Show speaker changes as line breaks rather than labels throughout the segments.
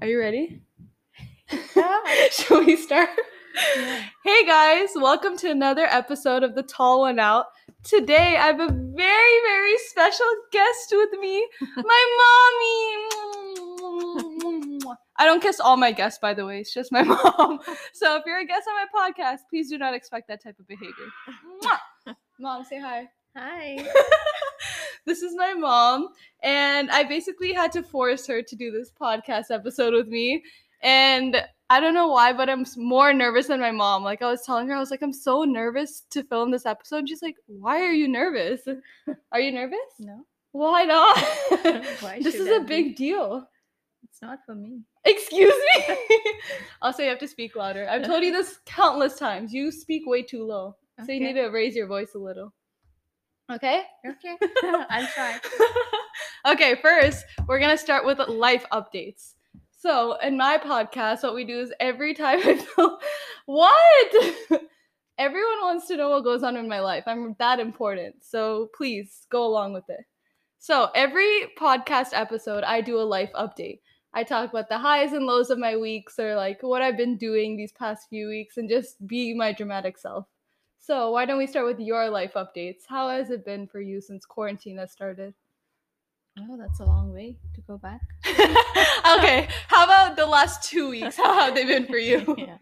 Are you ready?
Yeah.
Shall we start? Hey guys, welcome to another episode of The Tall One Out. Today I have a very, very special guest with me, my mommy. I don't kiss all my guests, by the way, it's just my mom. So if you're a guest on my podcast, please do not expect that type of behavior. Mwah. Mom, say hi.
Hi.
This is my mom, and I basically had to force her to do this podcast episode with me. And I don't know why, but I'm s- more nervous than my mom. Like I was telling her, I was like, I'm so nervous to film this episode. And she's like, Why are you nervous? Are you nervous?
No.
Why not?
Why
this
should
is a
I be?
big deal.
It's not for me.
Excuse me. also, you have to speak louder. I've told you this countless times. You speak way too low. So you
Okay.
need to raise your voice a little. Okay?
Okay. I'll try.
okay, first, we're going to start with life updates. So, in my podcast, what we do is every time I feel what? Everyone wants to know what goes on in my life. I'm that important. So, please go along with it. So, every podcast episode, I do a life update. I talk about the highs and lows of my weeks or like what I've been doing these past few weeks and just be my dramatic self. So, why don't we start with your life updates? How has it been for you since quarantine has started?
Oh, that's a long way to go back.
okay, how about the last two weeks? How have they been for you?
yeah.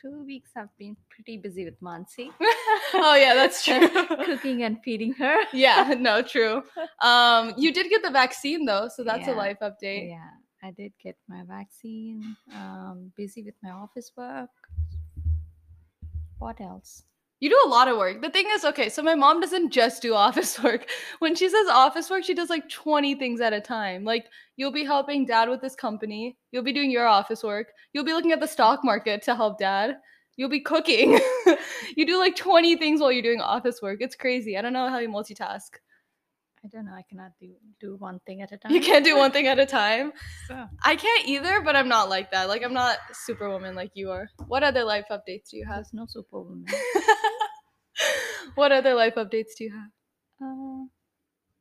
Two weeks have been pretty busy with Mansi,
oh, yeah, that's true.
cooking and feeding her.
yeah, no, true. Um, you did get the vaccine though, so that's a
Yeah,
life update.
Yeah. I did get my vaccine. Um, busy with my office work. What else?
You do a lot of work. The thing is, okay, so my mom doesn't just do office work. When she says office work, she does like 20 things at a time. Like, you'll be helping dad with this company, you'll be doing your office work, you'll be looking at the stock market to help dad, you'll be cooking. you do like 20 things while you're doing office work. It's crazy. I don't know how you multitask.
I don't know. I cannot do do one thing at a time.
You can't do one thing at a time.
So,
I can't either, but I'm not like that. Like, I'm not superwoman like you are. What other life updates do you have?
there's no superwoman.
what other life updates do you have?
Uh,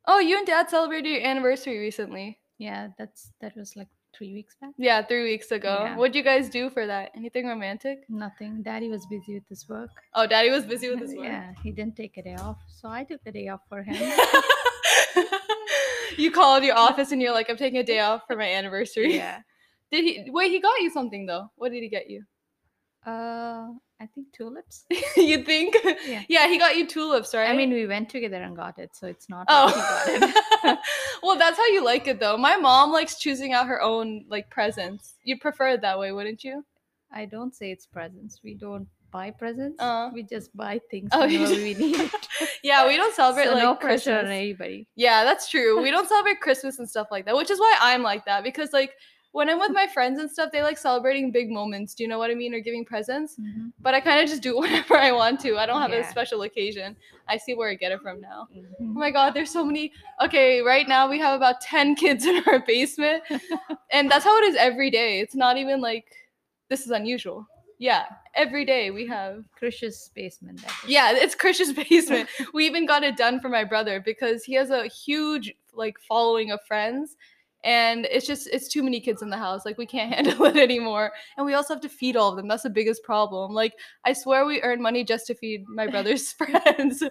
Oh, you and dad celebrated your anniversary recently.
yeah, that's that was like three weeks back.
Yeah, three weeks ago.
Yeah.
What'd you guys do for that? Anything romantic?
Nothing. Daddy was busy with his work.
Oh, daddy was busy with his work.
Uh, Yeah, he didn't take a day off, so I took the day off for him.
you called your office and you're like, I'm taking a day off for my anniversary.
yeah.
Did he wait, he got you something though. What did he get you?
Uh, I think tulips.
you think?
Yeah.
he got you tulips, right?
I mean, we went together and got it, so it's not. like he got it.
Oh. well, that's how you like it though. My mom likes choosing out her own like presents. You'd prefer it that way, wouldn't you?
I don't say it's presents. We don't buy presents.
Uh.
we just buy things
Oh,
oh,
you just-
we need.
Yeah, we don't celebrate
so
like
no pressure on
Christmas.
anybody.
Yeah, that's true. We don't celebrate Christmas and stuff like that, which is why I'm like that because like when I'm with my friends and stuff, they like celebrating big moments. Do you know what I mean? Or giving presents.
Mhm.
But I kind of just do whatever I want to. I don't have a
Yeah.
special occasion. I see where I get it from now. Oh
Mhm.
my god, there's so many. Okay, right now we have about 10 kids in our basement. and that's how it is every day. It's not even like this is unusual. Yeah, every day we have.
Krish's basement. That is.
Yeah, it's Krish's basement. we even got it done for my brother because he has a huge like following of friends and it's just it's too many kids in the house like we can't handle it anymore and we also have to feed all of them that's the biggest problem like i swear we earn money just to feed my brother's friends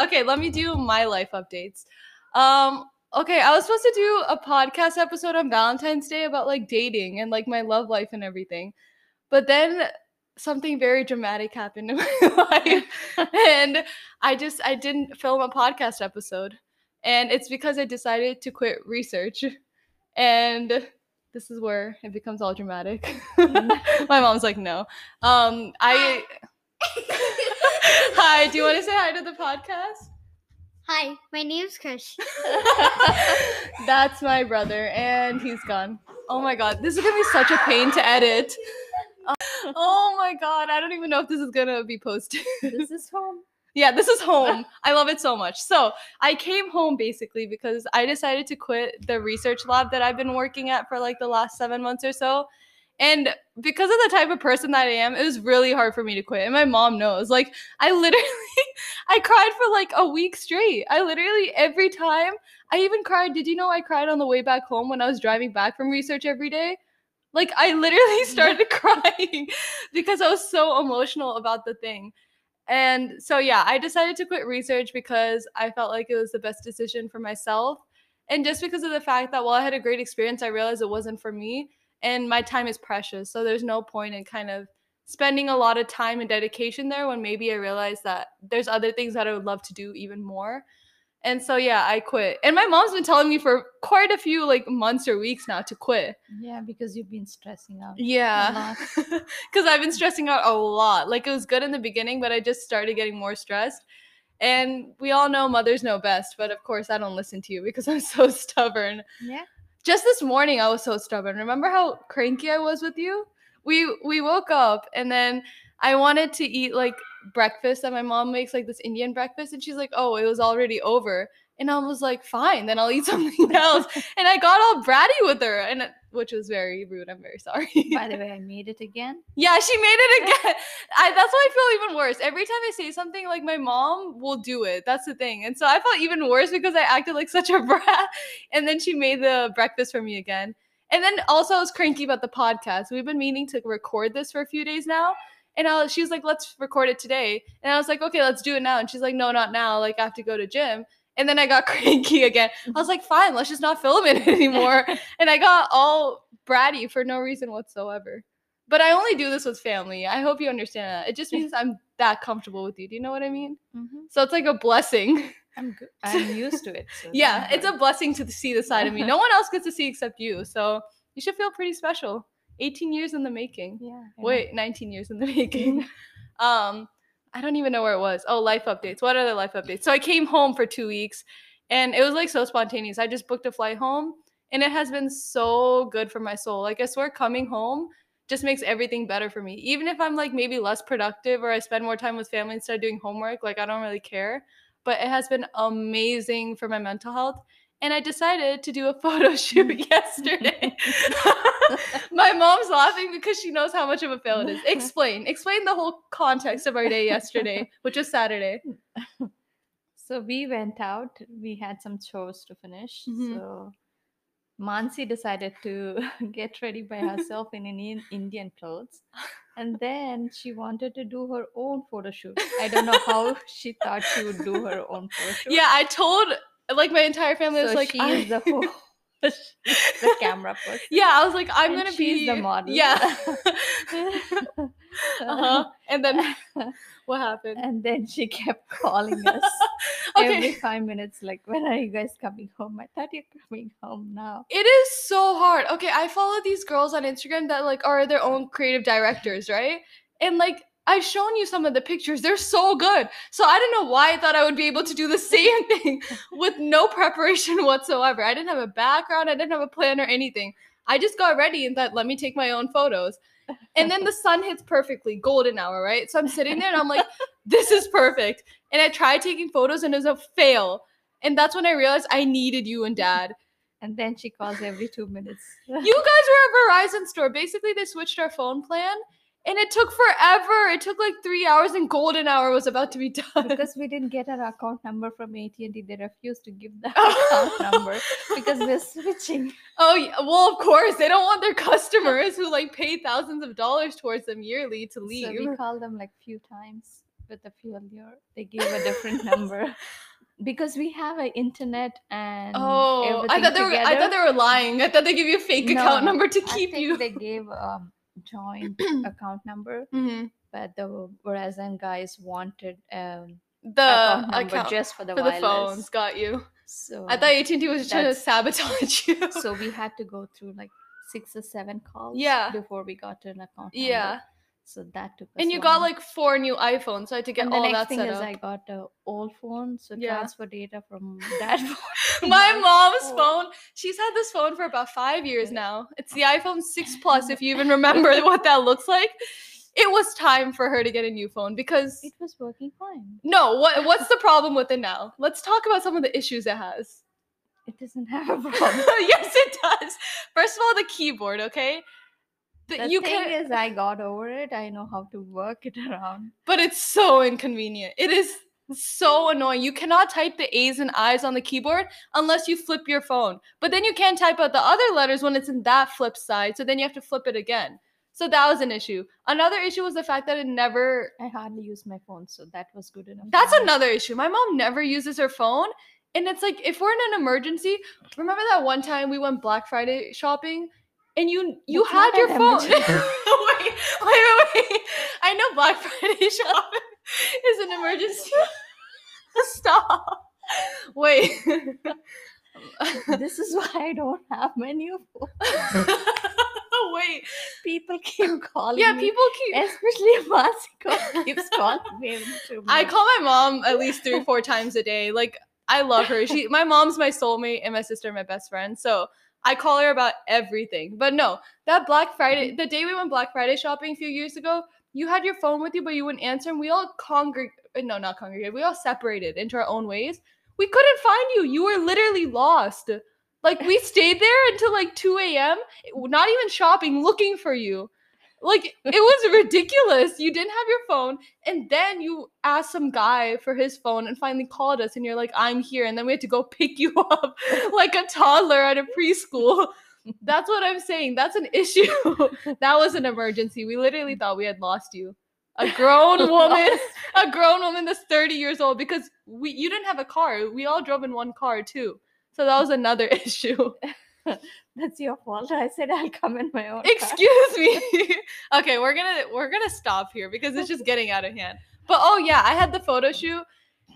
okay let me do my life updates um okay i was supposed to do a podcast episode on valentine's day about like dating and like my love life and everything but then something very dramatic happened in my life and i just i didn't film a podcast episode and it's because i decided to quit research and this is where it becomes all dramatic my mom's like no um i hi do you want to say hi to the podcast
Hi, my name's Krish.
That's my brother, and he's gone. Oh my god, this is gonna be such a pain to edit. Oh my god, I don't even know if this is gonna be posted.
This is home.
yeah, this is home. I love it so much. So, I came home basically because I decided to quit the research lab that I've been working at for like the last seven months or so. And because of the type of person that I am, it was really hard for me to quit. And my mom knows. Like, I literally, I cried for like a week straight. I literally, every time I even cried. Did you know I cried on the way back home when I was driving back from research every day? Like I literally started crying because I was so emotional about the thing. And so yeah, I decided to quit research because I felt like it was the best decision for myself. And just because of the fact that while I had a great experience, I realized it wasn't for me and my time is precious. So there's no point in kind of spending a lot of time and dedication there when maybe I realized that there's other things that I would love to do even more. And so yeah, I quit. And my mom's been telling me for quite a few like months or weeks now to quit.
Yeah, because you've been stressing out.
Yeah.
lot.
Because I've been stressing out a lot. Like it was good in the beginning, but I just started getting more stressed. And we all know mothers know best, but of course I don't listen to you because I'm so stubborn.
Yeah.
Just this morning I was so stubborn. Remember how cranky I was with you? We we woke up and then I wanted to eat like breakfast that my mom makes, like this Indian breakfast, and she's like, Oh, it was already over. And I was like, fine, then I'll eat something else. and I got all bratty with her, and which was very rude. I'm very sorry.
By the way, I made it again.
Yeah, she made it again. I, that's why I feel even worse. Every time I say something, like my mom will do it. That's the thing. And so I felt even worse because I acted like such a brat. And then she made the breakfast for me again. And then also I was cranky about the podcast. We've been meaning to record this for a few days now. And I, was- she was like, let's record it today. And I was like, okay, let's do it now. And she's like, no, not now. Like I have to go to gym. And then I got cranky again. I was like, fine, let's just not film it anymore. and I got all bratty for no reason whatsoever. But I only do this with family. I hope you understand that. It just means I'm that comfortable with you. Do you know what I mean?
Mhm.
So it's like a blessing.
I'm good. I'm used to it. so don't
yeah, it's a
worry.
blessing to see the side of me. No one else gets to see except you. So you should feel pretty special. 18 years in the making.
Yeah. I know.
Wait, 19 years in the making. um, I don't even know where it was. Oh, life updates. What other life updates? So I came home for two weeks and it was like so spontaneous. I just booked a flight home and it has been so good for my soul. Like I swear coming home just makes everything better for me. Even if I'm like maybe less productive or I spend more time with family instead of doing homework, like I don't really care. But it has been amazing for my mental health. And I decided to do a photo shoot yesterday. my mom's laughing because she knows how much of a fail it is. Explain. Explain the whole context of our day yesterday, which was Saturday.
So we went out. We had some chores to finish.
Mhm.
So Mansi decided to get ready by herself in Indian, Indian clothes. And then she wanted to do her own photo shoot. I don't know how she thought she would do her own photo shoot.
Yeah, I told like my entire family I
so
was like
she
I-
is the, pho- she's the camera person.
Yeah, I was like, I'm
And
gonna be
she's the model.
Yeah. uh-huh. And then what happened?
And then she kept calling us
Okay.
every five minutes, like, when are you guys coming home? I thought you're coming home now.
It is so hard. Okay, I follow these girls on Instagram that like are their own creative directors, right? And like I've shown you some of the pictures. They're so good. So I don't know why I thought I would be able to do the same thing with no preparation whatsoever. I didn't have a background, I didn't have a plan or anything. I just got ready and thought, let me take my own photos. And then the sun hits perfectly, golden hour, right? So I'm sitting there and I'm like, this is perfect. And I tried taking photos and it was a fail. And that's when I realized I needed you and dad.
And then she calls every two minutes.
You guys were at Verizon store. Basically, they switched our phone plan, and it took forever. It took like three hours, and golden hour was about to be done.
because we didn't get our account number from AT&T. They refused to give the account number because we're switching.
Oh, yeah, well, of course, they don't want their customers who like pay thousands of dollars towards them yearly to leave.
So we called them like few times with a few earlier. They gave a different number because we have an internet and
Oh, I
everything
thought they were. I
together.
thought they were lying. I thought they give you a fake account
No,
number to
I
keep
think
you.
They gave um joint account number,
Mhm.
but the Verizon guys wanted um
The
account
account,
number just for the
for the
wireless.
phones got you.
So
I thought AT and T was trying to
That's-
sabotage you.
so we had to go through like six or seven calls
Yeah.
before we got an account. number.
yeah,
So that took us
and you got
long.
like four new iPhones, so I had to get
and
all
the next
that
thing
set
is
up.
I got an old phone, so
Yeah.
transfer data from that phone. to
My
mine.
mom's
Oh.
phone. She's had this phone for about five years
Yeah.
now. It's the iPhone 6 Plus, if you even remember what that looks like. It was time for her to get a new phone because
It was working fine.
no, what what's the problem with it now? Let's talk about some of the issues it has.
It doesn't have a problem.
yes, it does. First of all, the keyboard, okay? The-
The
you
thing
can
is, I got over it. I know how to work it around.
but it's so inconvenient. It is so annoying. You cannot type the A's and I's on the keyboard unless you flip your phone. But then you can't type out the other letters when it's in that flip side. So then you have to flip it again. So that was an issue. Another issue was the fact that it never.
I hardly use my phone, so that was good enough. for
That's
me.
another issue. My mom never uses her phone. And it's like if we're in an emergency, remember that one time we went Black Friday shopping and you you
That's
had
not
your
an
phone. wait, wait,
emergency.
wait, wait. I know Black Friday shopping is an emergency. Stop. Wait.
this is why I don't have my new phone.
wait.
People keep calling
Yeah,
me.
people keep
especially Masiko keeps calling me. to
I
me.
call my mom at least three, four times a day. Like I love her. She, my mom's my soulmate, and my sister my best friend. So I call her about everything. But no, that Black Friday, the day we went Black Friday shopping a few years ago, you had your phone with you, but you wouldn't answer, and we all congregated. No, not congregated. We all separated into our own ways. We couldn't find you. You were literally lost. Like we stayed there until like 2 a.m. Not even shopping, looking for you. Like it was ridiculous. You didn't have your phone. And then you asked some guy for his phone and finally called us, and you're like, I'm here. And then we had to go pick you up like a toddler at a preschool. That's what I'm saying. That's an issue. that was an emergency. We literally thought we had lost you. A grown woman, a grown woman that's 30 years old, because we you didn't have a car. We all drove in one car too. So that was another issue.
That's your fault. I said I'll come in my own. car.
Excuse me. okay, we're gonna we're gonna stop here because it's just getting out of hand. But oh yeah, I had the photo shoot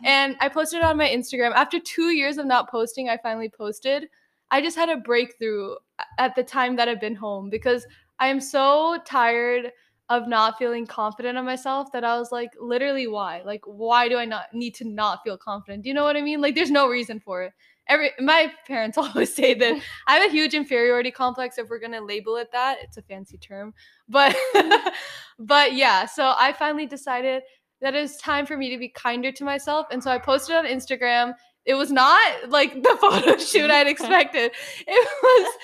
and I posted it on my Instagram. After two years of not posting, I finally posted. I just had a breakthrough at the time that I've been home because I am so tired of not feeling confident of myself that I was like, literally, why? Like, why do I not need to not feel confident? Do you know what I mean? Like, there's no reason for it. Every my parents always say that I have a huge inferiority complex. If we're gonna label it that, it's a fancy term, but but yeah. So I finally decided that it's time for me to be kinder to myself, and so I posted on Instagram. It was not like the photo shoot I'd expected. It was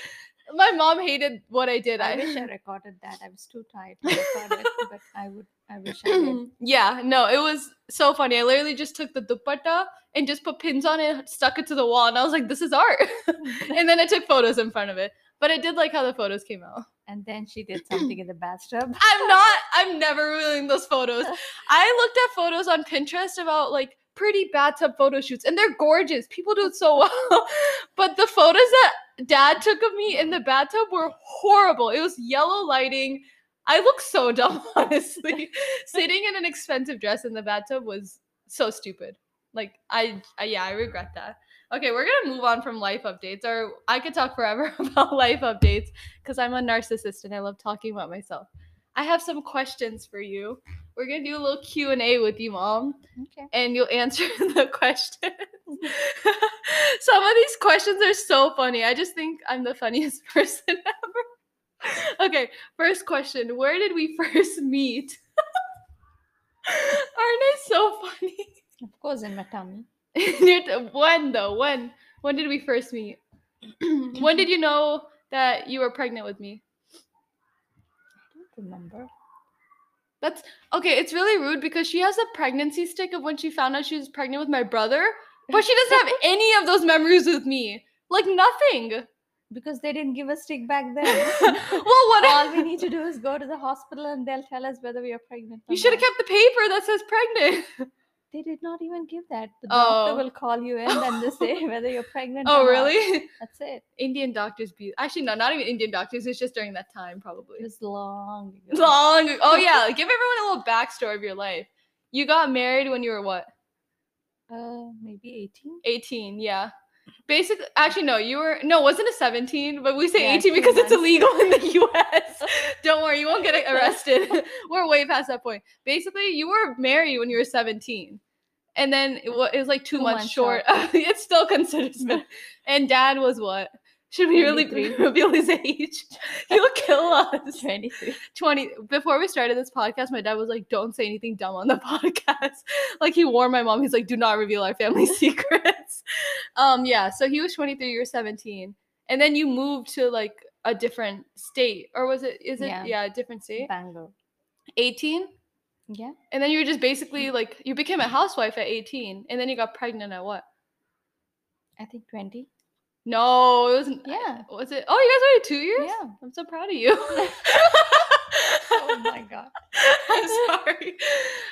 my mom hated what I did.
I wish I recorded that. I was too tired to record it, but I would. I wish I did.
yeah, no, it was so funny. I literally just took the dupatta and just put pins on it, stuck it to the wall, and I was like, this is art. and then I took photos in front of it. But I did like how the photos came out.
And then she did something in the bathtub.
I'm not, I'm never ruining those photos. I looked at photos on Pinterest about like pretty bathtub photo shoots, and they're gorgeous. People do it so well. but the photos that dad took of me in the bathtub were horrible. It was yellow lighting. I look so dumb, honestly. Sitting in an expensive dress in the bathtub was so stupid. Like I, I yeah, I regret that. Okay, we're gonna move on from life updates, or I could talk forever about life updates because I'm a narcissist and I love talking about myself. I have some questions for you. We're gonna do a little Q and A with you, mom,
Okay.
and you'll answer the question. some of these questions are so funny. I just think I'm the funniest person ever. Okay, first question: Where did we first meet? Aren't I so funny?
Of course, in my tummy.
You're t- when though? When? When did we first meet? when did you know that you were pregnant with me?
I don't remember.
That's okay. It's really rude because she has a pregnancy stick of when she found out she was pregnant with my brother, but she doesn't have any of those memories with me. Like nothing.
Because they didn't give a stick back
well,
then.
what?
All we need to do is go to the hospital and they'll tell us whether we are pregnant. or
you should have
not.
kept the paper that says pregnant.
They did not even give that. The doctor
Oh.
will call you in and they say whether you're pregnant.
oh,
or not.
really?
That's it.
Indian doctors be actually no, not even Indian doctors. It's just during that time, probably.
It was long. ago.
long. ago- Oh yeah, give everyone a little backstory of your life. You got married when you were what?
Uh, maybe 18.
18, yeah. Basically, actually, no, you were, no, wasn't it 17? But we say
Yeah,
18
two
because it's
months.
illegal in the US. Don't worry, you won't get arrested. we're way past that point. Basically, you were married when you were 17. And then it wa- it was like two,
Two
months,
months
short. it's still considered. sm- and dad was what? Should we really
23.
reveal his age? He'll kill us.
23.
20 before we started this podcast my dad was like don't say anything dumb on the podcast like he warned my mom he's like do not reveal our family secrets um yeah so he was 23 you were 17 and then you moved to like a different state or was it is it yeah,
Yeah.
a different state
Bangalore.
18
Yeah.
And then you were just basically like you became a housewife at 18 and then you got pregnant at what?
I think 20.
No, it wasn't
Yeah.
was it? Oh, you guys waited 2 years?
Yeah.
I'm so proud of you.
Oh my god.
I'm sorry.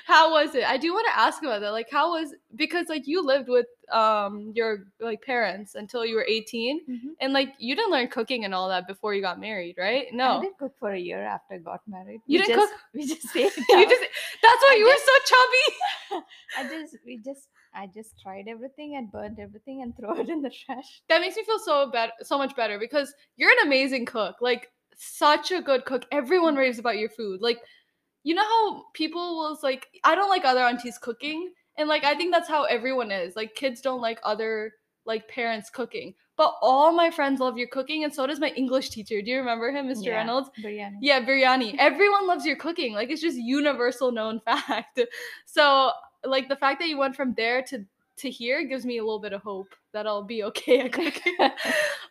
How was it? I do want to ask about that. Like how was because like you lived with um your like parents until you were 18
Mhm.
and like you didn't learn cooking and all that before you got married, right?
I
No.
didn't cook for a year after I got married.
You
we
didn't
just, cook. We just saved
You
up.
just that's why
I
you were so chubby.
I just we just I just tried everything and burned everything and throw it in the trash.
that makes me feel so bad so much better because you're an amazing cook like such a good cook everyone raves about your food like you know how people will like i don't like other aunties cooking and like i think that's how everyone is like kids don't like other like parents cooking but all my friends love your cooking and so does my english teacher do you remember him mr
Yeah,
reynolds
Biryani.
yeah, biryani. Everyone loves your cooking. Like it's just universal known fact. So like the fact that you went from there to to here gives me a little bit of hope that I'll be okay at cooking.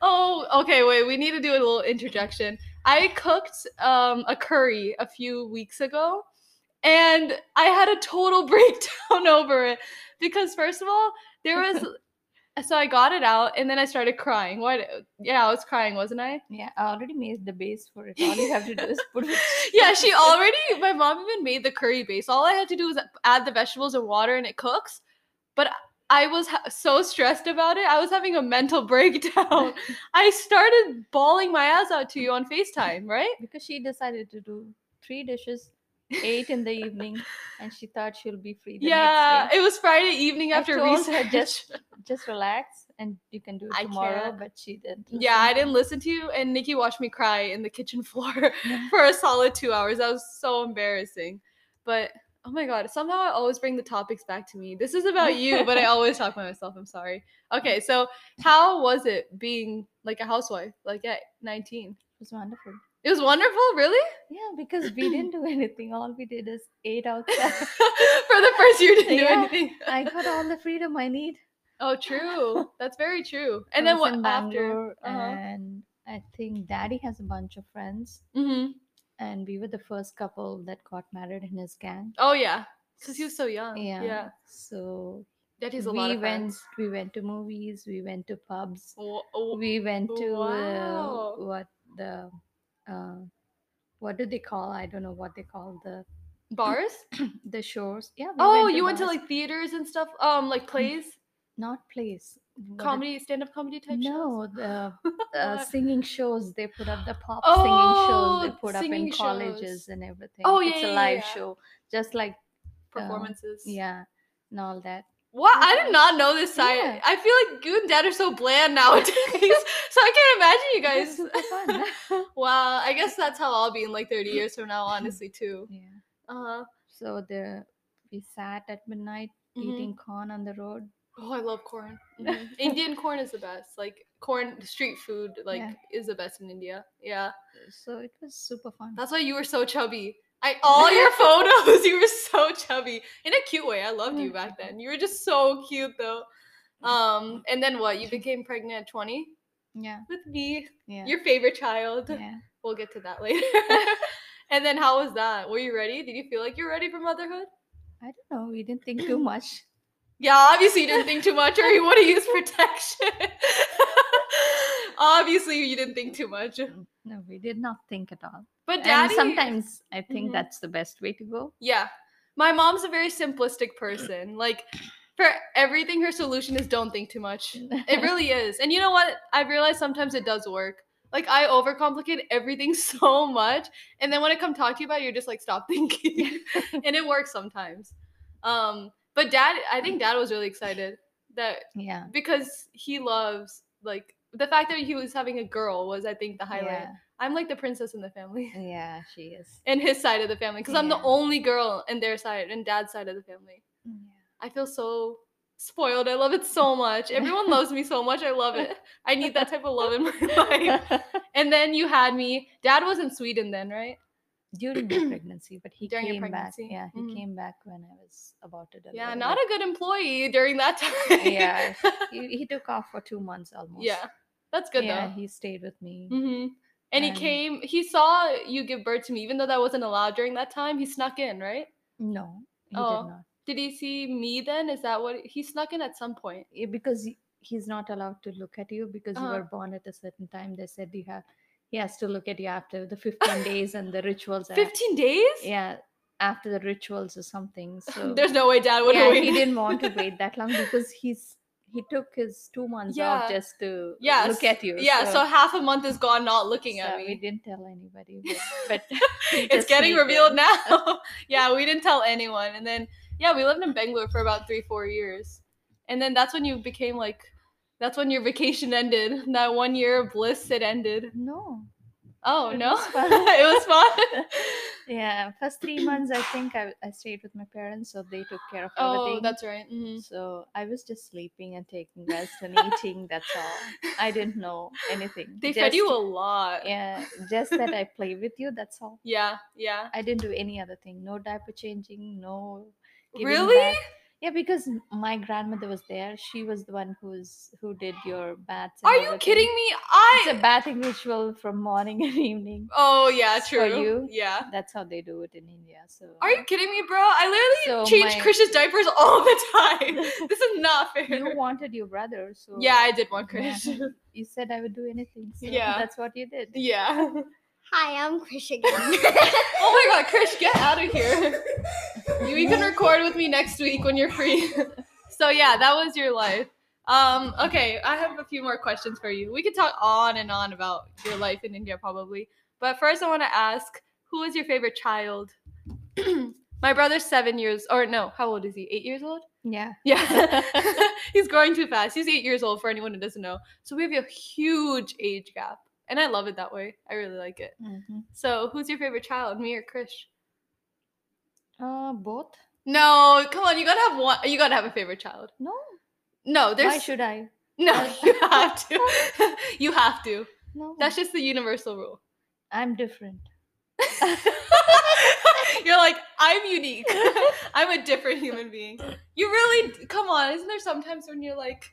oh, okay, wait, we need to do a little interjection. I cooked um, a curry a few weeks ago and I had a total breakdown over it because first of all, there was so I got it out and then I started crying. What yeah, I was crying, wasn't I?
Yeah, I already made the base for it. All you have to do is put it.
yeah, she already. My mom even made the curry base. All I had to do was add the vegetables and water, and it cooks. But I was ha- so stressed about it. I was having a mental breakdown. I started bawling my ass out to you on Facetime, right?
because she decided to do three dishes, eight in the evening, and she thought she'll be free the
yeah,
next day.
it was Friday evening after
I told
research.
her just just relax and you can do it
I
tomorrow,
can't.
but she didn't.
yeah,
listen.
I didn't listen to you, and Nikki watched me cry in the kitchen floor for a solid two hours. That was so embarrassing. But oh my god, somehow I always bring the topics back to me. This is about you, but I always talk about myself. I'm sorry. Okay, so how was it being like a housewife, like at 19?
It was wonderful.
It was wonderful, really?
Yeah, because we didn't do anything. All we did is ate outside.
For the first year, didn't
Yeah.
do anything.
I got all the freedom I need.
Oh, true. That's very true.
I
And then
was
what
in
after?
Bangalore,
Uh-huh.
And I think daddy has a bunch of friends.
hmm
And we were the first couple that got married in his gang.
Oh yeah, because he was so young.
Yeah.
Uh, yeah.
So
That is a lot
we
of
went
friends.
we went to movies, we went to pubs,
Wo- wo-
we went to
wow.
uh, what the uh, what do they call? I don't know what they call the
bars?
the shores. Yeah. We
oh, you went to
bars. Mm.
like theaters and stuff. Um, like plays,
not plays what are-
comedy, stand-up comedy type
No,
shows.
the uh,
What?
singing shows they put up the pop singing shows
Oh,
they put up in
singing
colleges
shows.
and everything.
Oh,
it's
yeah,
a
yeah,
live
yeah.
show, just like
performances.
yeah, and all that.
What? I did not know this side.
Yeah.
I feel like you and dad are so bland nowadays. so I can't
It was
imagine you
super fun.
guys. wow. I guess that's how I'll be in like 30 years from now, honestly, too.
yeah.
Uh,
So the we sat at midnight eating corn on the road.
Mm-hmm. Oh, I love corn. Mhm. Indian corn is the best. Like corn street food, like
Yeah.
is the best in India. Yeah.
So it was super fun.
That's why you were so chubby. I all your photos, you were so chubby in a cute way. I loved you back then. You were just so cute though. Um, and then what? You became pregnant at 20
Yeah,
with me,
yeah,
your favorite child.
yeah.
We'll get to that later. and then how was that? Were you ready? Did you feel like you're ready for motherhood?
I don't know. We didn't think too much.
Yeah, obviously you didn't think too much, or you would have used protection. obviously you didn't think too much.
No, we did not think at all.
But
and
daddy
sometimes I think
Mhm.
that's the best way to go.
Yeah. My mom's a very simplistic person. Like for everything her solution is don't think too much. It really is. And you know what? I realize sometimes it does work. Like I overcomplicate everything so much and then when I come talk to you about it, you're just like stop thinking. and it works sometimes. Um but dad I think dad was really excited that
yeah.
because he loves like the fact that he was having a girl was I think the highlight. I'm like the princess in the family
Yeah, yeah, she is.
in his side of the family because I'm the
Yeah.
only girl in their side and dad's side of the family.
Yeah.
I feel so spoiled. I love it so much. Everyone loves me so much. I love it. I need that type of love in my life. And then you had me. Dad was in Sweden then, right?
during my pregnancy, but he
During your
came back.
pregnancy,
Yeah, he
mhm.
came back when I was about to deliver.
Yeah, not a good employee during that time.
but yeah. He, he took off for two months almost.
yeah. That's good
yeah,
though.
he stayed with me.
hmm And he
And-
came, he saw you give birth to me, even though that wasn't allowed during that time. He snuck in, right?
No, he
Oh.
did not.
Did he see me then? Is that what he snuck in at some point?
Yeah, because y- he's not allowed to look at you because you
Uh-huh.
were born at a certain time. They said you have he has to look at you after the 15 days and the rituals. are-
15 days?
Yeah, after the rituals or something. So
There's no way dad would
yeah,
have
he
waited.
didn't want to wait that long because he's he took his two months off
Yeah.
just to
Yeah,
look at you.
Yeah, so, half a month is gone not looking at
so we
me.
didn't tell anybody, but, but he
it's
just
getting
sneaked
revealed
in.
now. yeah, we didn't tell anyone. And then, yeah, we lived in Bangalore for about three, four years. And then that's when you became like, that's when your vacation ended. That one year of bliss, it ended.
No,
Oh,
It
no.
was fun.
it was fun.
yeah, first three months I think I, I stayed with my parents, so they took care of
oh,
everything.
that's right. mhm.
So I was just sleeping and taking rest and eating. That's all. I didn't know anything.
They fed you
Just-
a lot. Yeah.
Yeah, just that I play with you. That's all.
Yeah. yeah.
I didn't do any other thing. No diaper changing. No. giving
Really?
bath. Yeah, because m- my grandmother was there. She was the one who's who did your baths. and
Are you
everything.
kidding me? I.
It's a bathing ritual from morning and evening.
oh, yeah,
for
true.
you.
Yeah.
That's how they do it in India. So.
Are you kidding me, bro? I
So
literally change
my-
Krish's diapers all the time. this is not fair.
You wanted your brother, so
yeah, I did want
Yeah.
Krish.
You said I would do anything. So
Yeah.
that's what you did.
Yeah.
Hi, I'm Krish again.
Oh my god, Krish, get out of here. You even record with me next week when you're free. So yeah, that was your life. Um, okay, I have a few more questions for you. We could talk on and on about your life in India probably. But first I want to ask, who is your favorite child? my brother's seven years or no, how old is he? Eight years old?
Yeah.
Yeah. He's growing too fast. He's eight years old for anyone who doesn't know. So we have a huge age gap. And I love it that way. I really like it. So who's your favorite child? Me or Krish?
Uh, both?
No, come on. You gotta have one. You gotta have a favorite child.
No.
No, there's
Why should I?
no. You have to. you have to.
No.
That's just the universal rule.
I'm different.
You're like I'm unique. I'm a different human being. You really come on. Isn't there sometimes when you're like,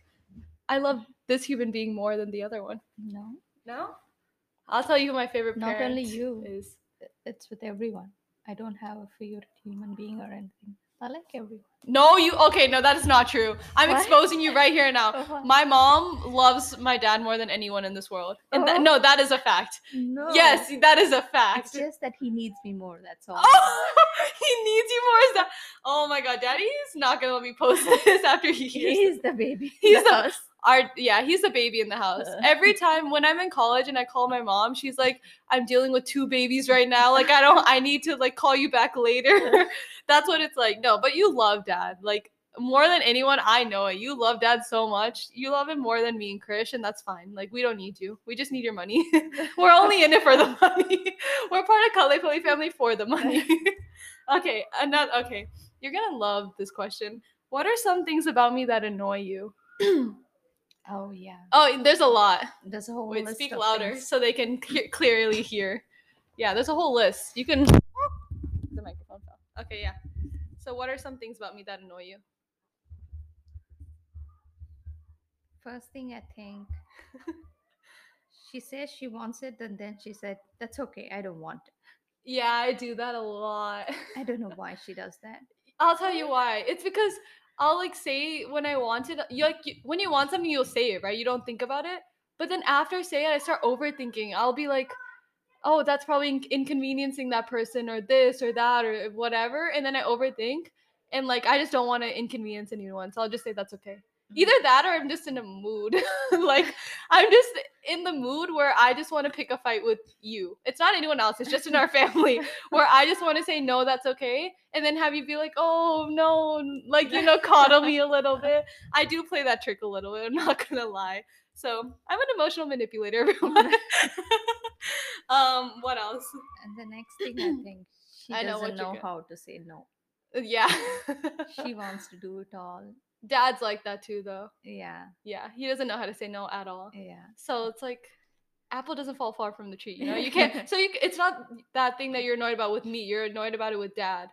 I love this human being more than the other one?
No.
No. I'll tell you who my favorite.
Not only
parent
you.
is.
i- It's with everyone. I don't have a favorite human being or anything. I like everyone.
No, you. Okay, no, that is not true. I'm
What? Oh.
exposing you right here and now.
But why-
My mom loves my dad more than anyone in this world. And tha-
Oh.
no, that is a fact.
no.
Yes, that is a
It's
fact.
just that he needs me more. That's all.
Oh, he needs you more. Is that? Oh my God, Daddy's not gonna let me post this after he hears.
He's the baby.
He's the-
house.
Our yeah, he's the baby in the house.
Uh.
Every time when I'm in college and I call my mom, she's like, "I'm dealing with two babies right now. Like I don't. I need to like call you back later." That's what it's like. No, but you love Dad like. More than anyone, I know it. You love dad so much. You love him more than me and Krish, and that's fine. Like, we don't need you. We just need your money. We're only in it for the money. We're part of Kale Poli family for the money. okay, another okay. You're gonna love this question. What are some things about me that annoy you?
Oh yeah.
Oh, there's a lot.
There's a whole
Wait,
list
speak
of
louder
things.
so they can clear clearly hear. Yeah, there's a whole list. You can. The microphone fell. Okay, yeah. So, what are some things about me that annoy you?
First thing I think. She says she wants it, and then she said, "That's okay. I don't want it."
Yeah, I do that a lot.
I don't know why she does that.
I'll tell you why. It's because I'll like say when I wanted, you like you, when you want something, you'll say it, right? You don't think about it. But then after I say it, I start overthinking. I'll be like, oh, that's probably in- inconveniencing that person or this or that or whatever. And then I overthink. And like, I just don't want to inconvenience anyone. So I'll just say that's okay. Either that or I'm just in a mood. like, I'm just in the mood where I just want to pick a fight with you. It's not anyone else, it's just in our family where I just want to say no, that's okay, and then have you be like, oh no, n- like you know, coddle me a little bit. I do play that trick a little bit. I'm not gonna lie. So I'm an emotional manipulator. Everyone. um, what else?
And the next thing I think she
I know what
doesn't
you're
know,
go-
how to say no.
Yeah,
She wants to do it all.
Dad's like that too, though.
Yeah,
Yeah, he doesn't know how to say no at all.
yeah.
So it's like. Apple doesn't fall far from the tree, you know. You can't. So you, c- it's not that thing that you're annoyed about with me. You're annoyed about it with Dad.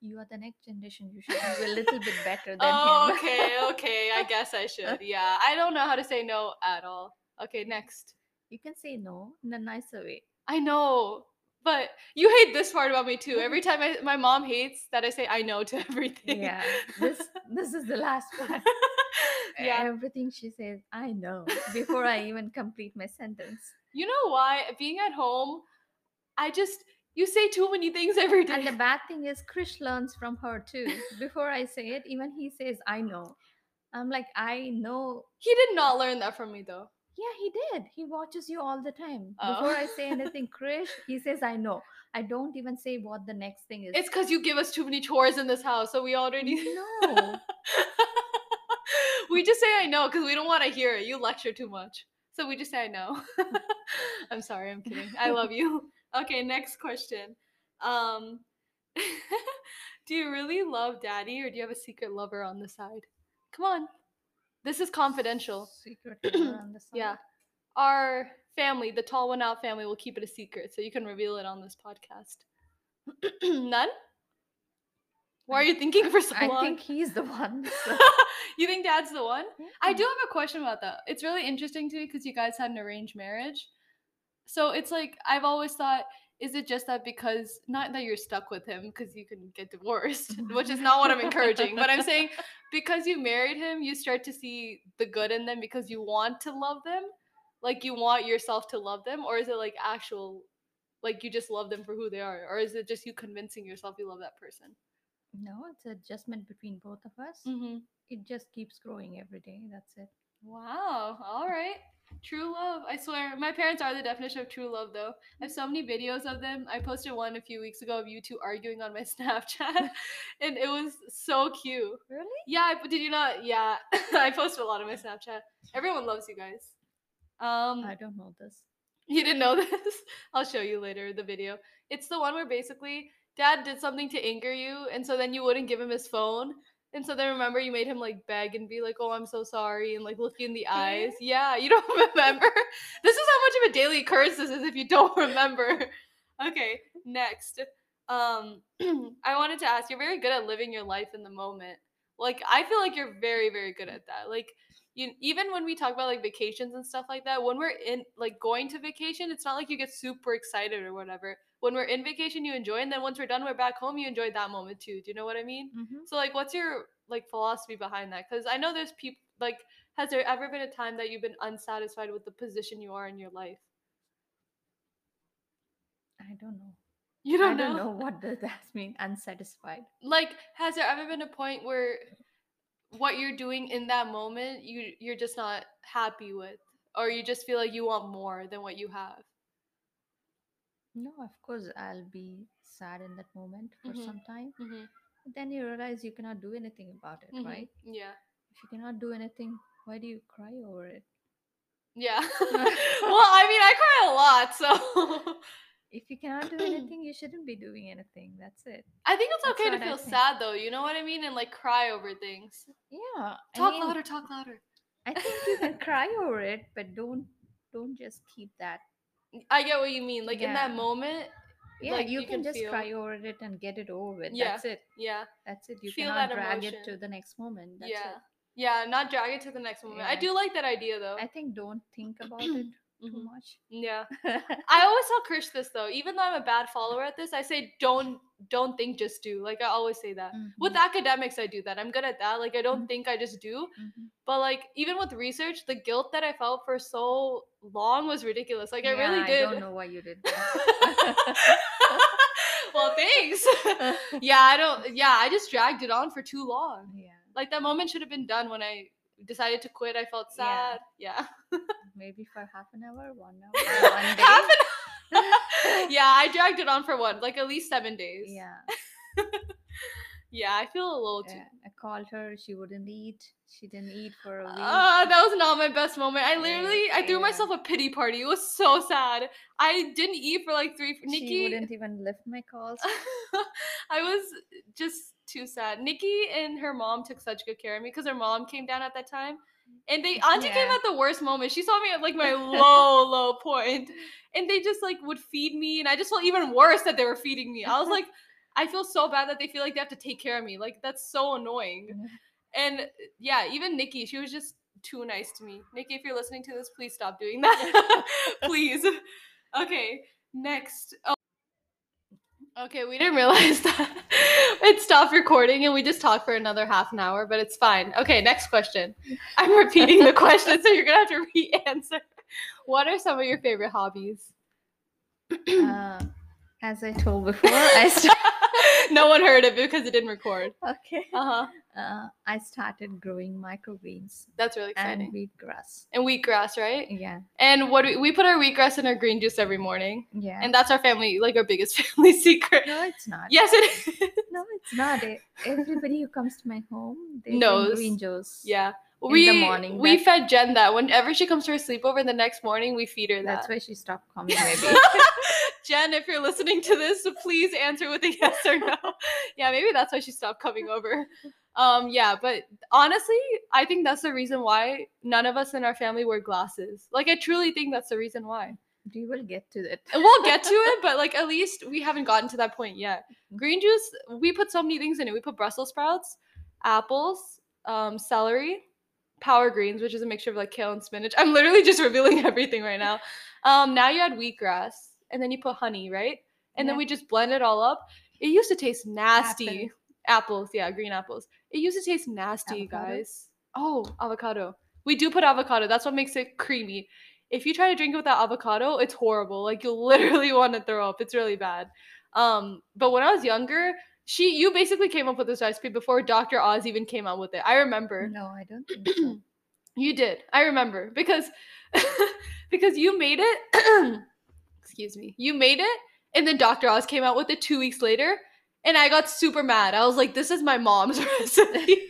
You are the next generation. You should do a little bit better than
Oh,
him.
okay, okay. I guess I should. Yeah, I don't know how to say no at all. Okay, next.
You can say no in a nicer way.
I know. But you hate this part about me too. Every time I, my mom hates that I say I know to everything.
yeah this this is the last one
yeah.
everything she says i know before i even complete my sentence
You know why? Being at home, I just you say too many things every day.
and the bad thing is krish learns from her too before i say it even he says i know i'm like i know
he did not learn that from me though.
yeah he did he watches you all the time
Oh.
before i say anything krish he says i know i don't even say what the next thing is
It's because you give us too many chores in this house, so we already
no Mm-hmm.
we just say I know because we don't want to hear it. You lecture too much, so we just say I know. I'm sorry, I'm kidding. I love you. Okay, next question. Um, do you really love daddy, or do you have a secret lover on the side? Come on, this is confidential.
secret lover on the side.
Yeah. Our family, the Tall One Out family, will keep it a secret, so you can reveal it on this podcast. None? Why are you thinking for so
i
long?
think he's the one so-
you think dad's the one? I
Yeah.
do have a question about that. It's really interesting to me because you guys had an arranged marriage. So it's like, I've always thought, is it just that because, not that you're stuck with him because you can get divorced, which is not what I'm encouraging, but I'm saying because you married him, you start to see the good in them because you want to love them? Like you want yourself to love them? Or is it like actual, like you just love them for who they are? Or is it just you convincing yourself you love that person?
no it's a adjustment between both of us
Mm-hmm.
it just keeps growing every day that's it
Wow. All right. True love. I swear. My parents are the definition of true love, though. I have so many videos of them. I posted one a few weeks ago of you two arguing on my Snapchat, and it was so cute.
really
Yeah, I, did you not? Yeah, I posted a lot on my Snapchat. Everyone loves you guys. Um,
i don't know this
you didn't know this? I'll show you later the video. It's the one where basically dad did something to anger you, and so then you wouldn't give him his phone. And so then remember you made him like beg and be like, oh, I'm so sorry, and like look you in the eyes. Yeah, you don't remember. this is how much of a daily occurrence this is if you don't remember. okay, next. Um, I wanted to ask, you're very good at living your life in the moment. Like, I feel like you're very, very good at that. Like, you even when we talk about like vacations and stuff like that when we're in like going to vacation it's not like you get super excited or whatever when we're in vacation you enjoy and then once we're done we're back home you enjoy that moment too do you know what i mean
mm-hmm.
so like what's your like philosophy behind that because i know there's people like has there ever been a time that you've been unsatisfied with the position you are in your life
i don't know
you don't,
I don't
know
know what does that mean. Unsatisfied.
like has there ever been a point where what you're doing in that moment you you're just not happy with or you just feel like you want more than what you have
No, of course I'll be sad in that moment for
Mhm.
some time.
mm-hmm.
But then you realize you cannot do anything about it,
Mhm.
right?
Yeah.
If you cannot do anything, why do you cry over it?
Yeah. well, I mean, I cry a lot, so
If you cannot do anything, you shouldn't be doing anything. That's it.
I think it's
That's
okay to
what I
feel
think.
sad though. You know what I mean? And like cry over things.
Yeah.
Talk
I mean,
louder, talk louder.
I think you can cry over it, but don't don't just keep that.
I get what you mean. Like in that
Yeah.
moment,
Yeah,
like,
you,
you
can,
can
just
feel-
cry over it and get it over with.
Yeah.
That's it.
yeah,
That's it. You
Feel
cannot
that
drag it to
emotion.
the next moment. That's
yeah, yeah. Not drag it to the next moment. I
Yeah.
do like that idea though.
it. I think don't think about it too
Mhm.
much.
Yeah. I always tell Krish this though. Even though I'm a bad follower at this, I say don't don't think, just do. Like I always say that. With
Mhm.
academics, I do that. I'm good at that. Like I don't
Mhm.
think, I just do.
Mhm.
But like even with research, the guilt that I felt for so long was ridiculous. Like I
Yeah,
really
I
did.
don't know why you did that.
well, thanks. yeah, I don't yeah, I just dragged it on for too long.
yeah,
Like that moment should have been done when I decided to quit. I felt
Yeah.
sad. Yeah.
maybe for half an hour, one hour, one day.
Half an- yeah, I dragged it on for one, like at least 7 days.
yeah,
Yeah, I feel a little too
yeah. I called her. She wouldn't eat. She didn't eat for a week.
Ah, that was not my best moment. I
Yeah,
literally, I threw
yeah.
myself a pity party. It was so sad. I didn't eat for like three. Nikki,
she wouldn't even lift my calls.
I was just too sad. Nikki and her mom took such good care of me because her mom came down at that time. And they auntie came
Yeah.
at the worst moment. She saw me at like my low, low point. And they just like would feed me. And I just felt even worse that they were feeding me. I was like, I feel so bad that they feel like they have to take care of me. Like that's so annoying.
Yeah.
And yeah, even Nikki, she was just too nice to me. Nikki, if you're listening to this, please stop doing that. please. Okay. Next. Okay, we didn't realize that. it stopped recording and we just talked for another half an hour, but it's fine. Okay, next question. I'm repeating the question, so you're gonna have to re-answer. What are some of your favorite hobbies?
Uh, as I told before, I st-
no one heard it because it didn't record.
okay.
Uh huh.
Uh, I started growing microgreens
That's really exciting.
and wheatgrass.
And wheatgrass, right?
Yeah,
And what do we, we put our wheatgrass in our green juice every morning,
yeah.
and that's our family, like our biggest family secret.
no, it's not.
Yes, it is.
No, it's not. E- Everybody who comes to my home, they
Knows.
drink green juice.
Yeah.
the
we
morning,
we
that-
fed Jen that whenever she comes to her sleepover the next morning we feed her that.
That's why she stopped coming. Maybe.
Jen, if you're listening to this, please answer with a yes or no. yeah, maybe that's why she stopped coming over. Um, yeah, but honestly, I think that's the reason why none of us in our family wear glasses. Like, I truly think that's the reason why.
we will get to it.
And we'll get to it, but like, at least we haven't gotten to that point yet.
Mm-hmm.
Green juice, we put so many things in it. We put Brussels sprouts, apples, um, celery, power greens, which is a mixture of like kale and spinach. I'm literally just revealing everything right now. Um, now you add wheatgrass, and then you put honey, right? And then
Yeah.
we just blend it all up. It used to taste nasty.
Apple.
Apples, yeah, green apples. It used to taste nasty,
Avocado?
guys. Oh, avocado. We do put avocado. That's what makes it creamy. If you try to drink it without avocado, it's horrible. Like you literally want to throw up. It's really bad. Um, but when I was younger, she you basically came up with this recipe before Dr. Oz even came out with it. I remember.
No, I don't think so.
You did. I remember because because you made it. excuse me. You made it, and then Dr. Oz came out with it two weeks later, and I got super mad. I was like, "This is my mom's recipe."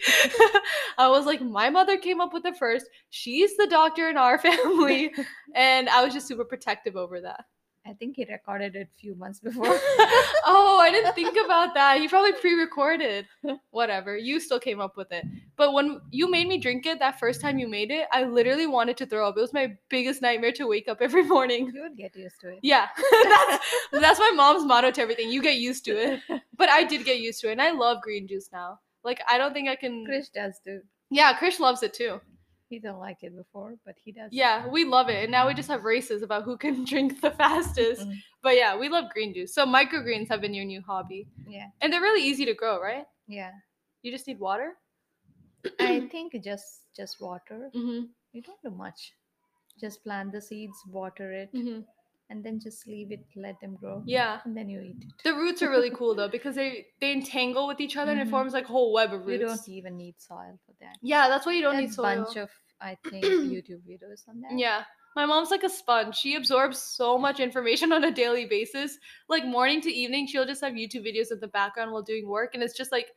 I was like, "My mother came up with it first. She's the doctor in our family," and I was just super protective over that.
I think he recorded it few months before.
oh, I didn't think about that. He probably pre-recorded. Whatever. You still came up with it. But when you made me drink it that first time you made it, I literally wanted to throw up. It was my biggest nightmare to wake up every morning.
you would get used to it.
Yeah. that's that's my mom's motto to everything. You get used to it. But I did get used to it and I love green juice now. Like I don't think I can
Krish does too.
Yeah, Krish loves it too.
He don't like it before, but he does.
Yeah, we love it. And now we just have races about who can drink the fastest.
Mm.
But yeah, we love green juice. So microgreens have been your new hobby.
Yeah.
And they're really easy to grow, right?
Yeah.
You just need water.
I think just just water.
Mm-hmm.
You don't do much. Just plant the seeds, water it, and then just leave it, let them grow.
Mm. Yeah,
And then you eat it.
the roots are really cool though because they they entangle with each other and it
Mhm.
forms like a whole web of
You
roots.
don't even need soil for that.
yeah, that's why you don't
There's
need soil.
bunch of I think YouTube videos on that.
yeah. My mom's like a sponge. She absorbs so much information on a daily basis. Like morning to evening, she'll just have YouTube videos in the background while doing work. And it's just like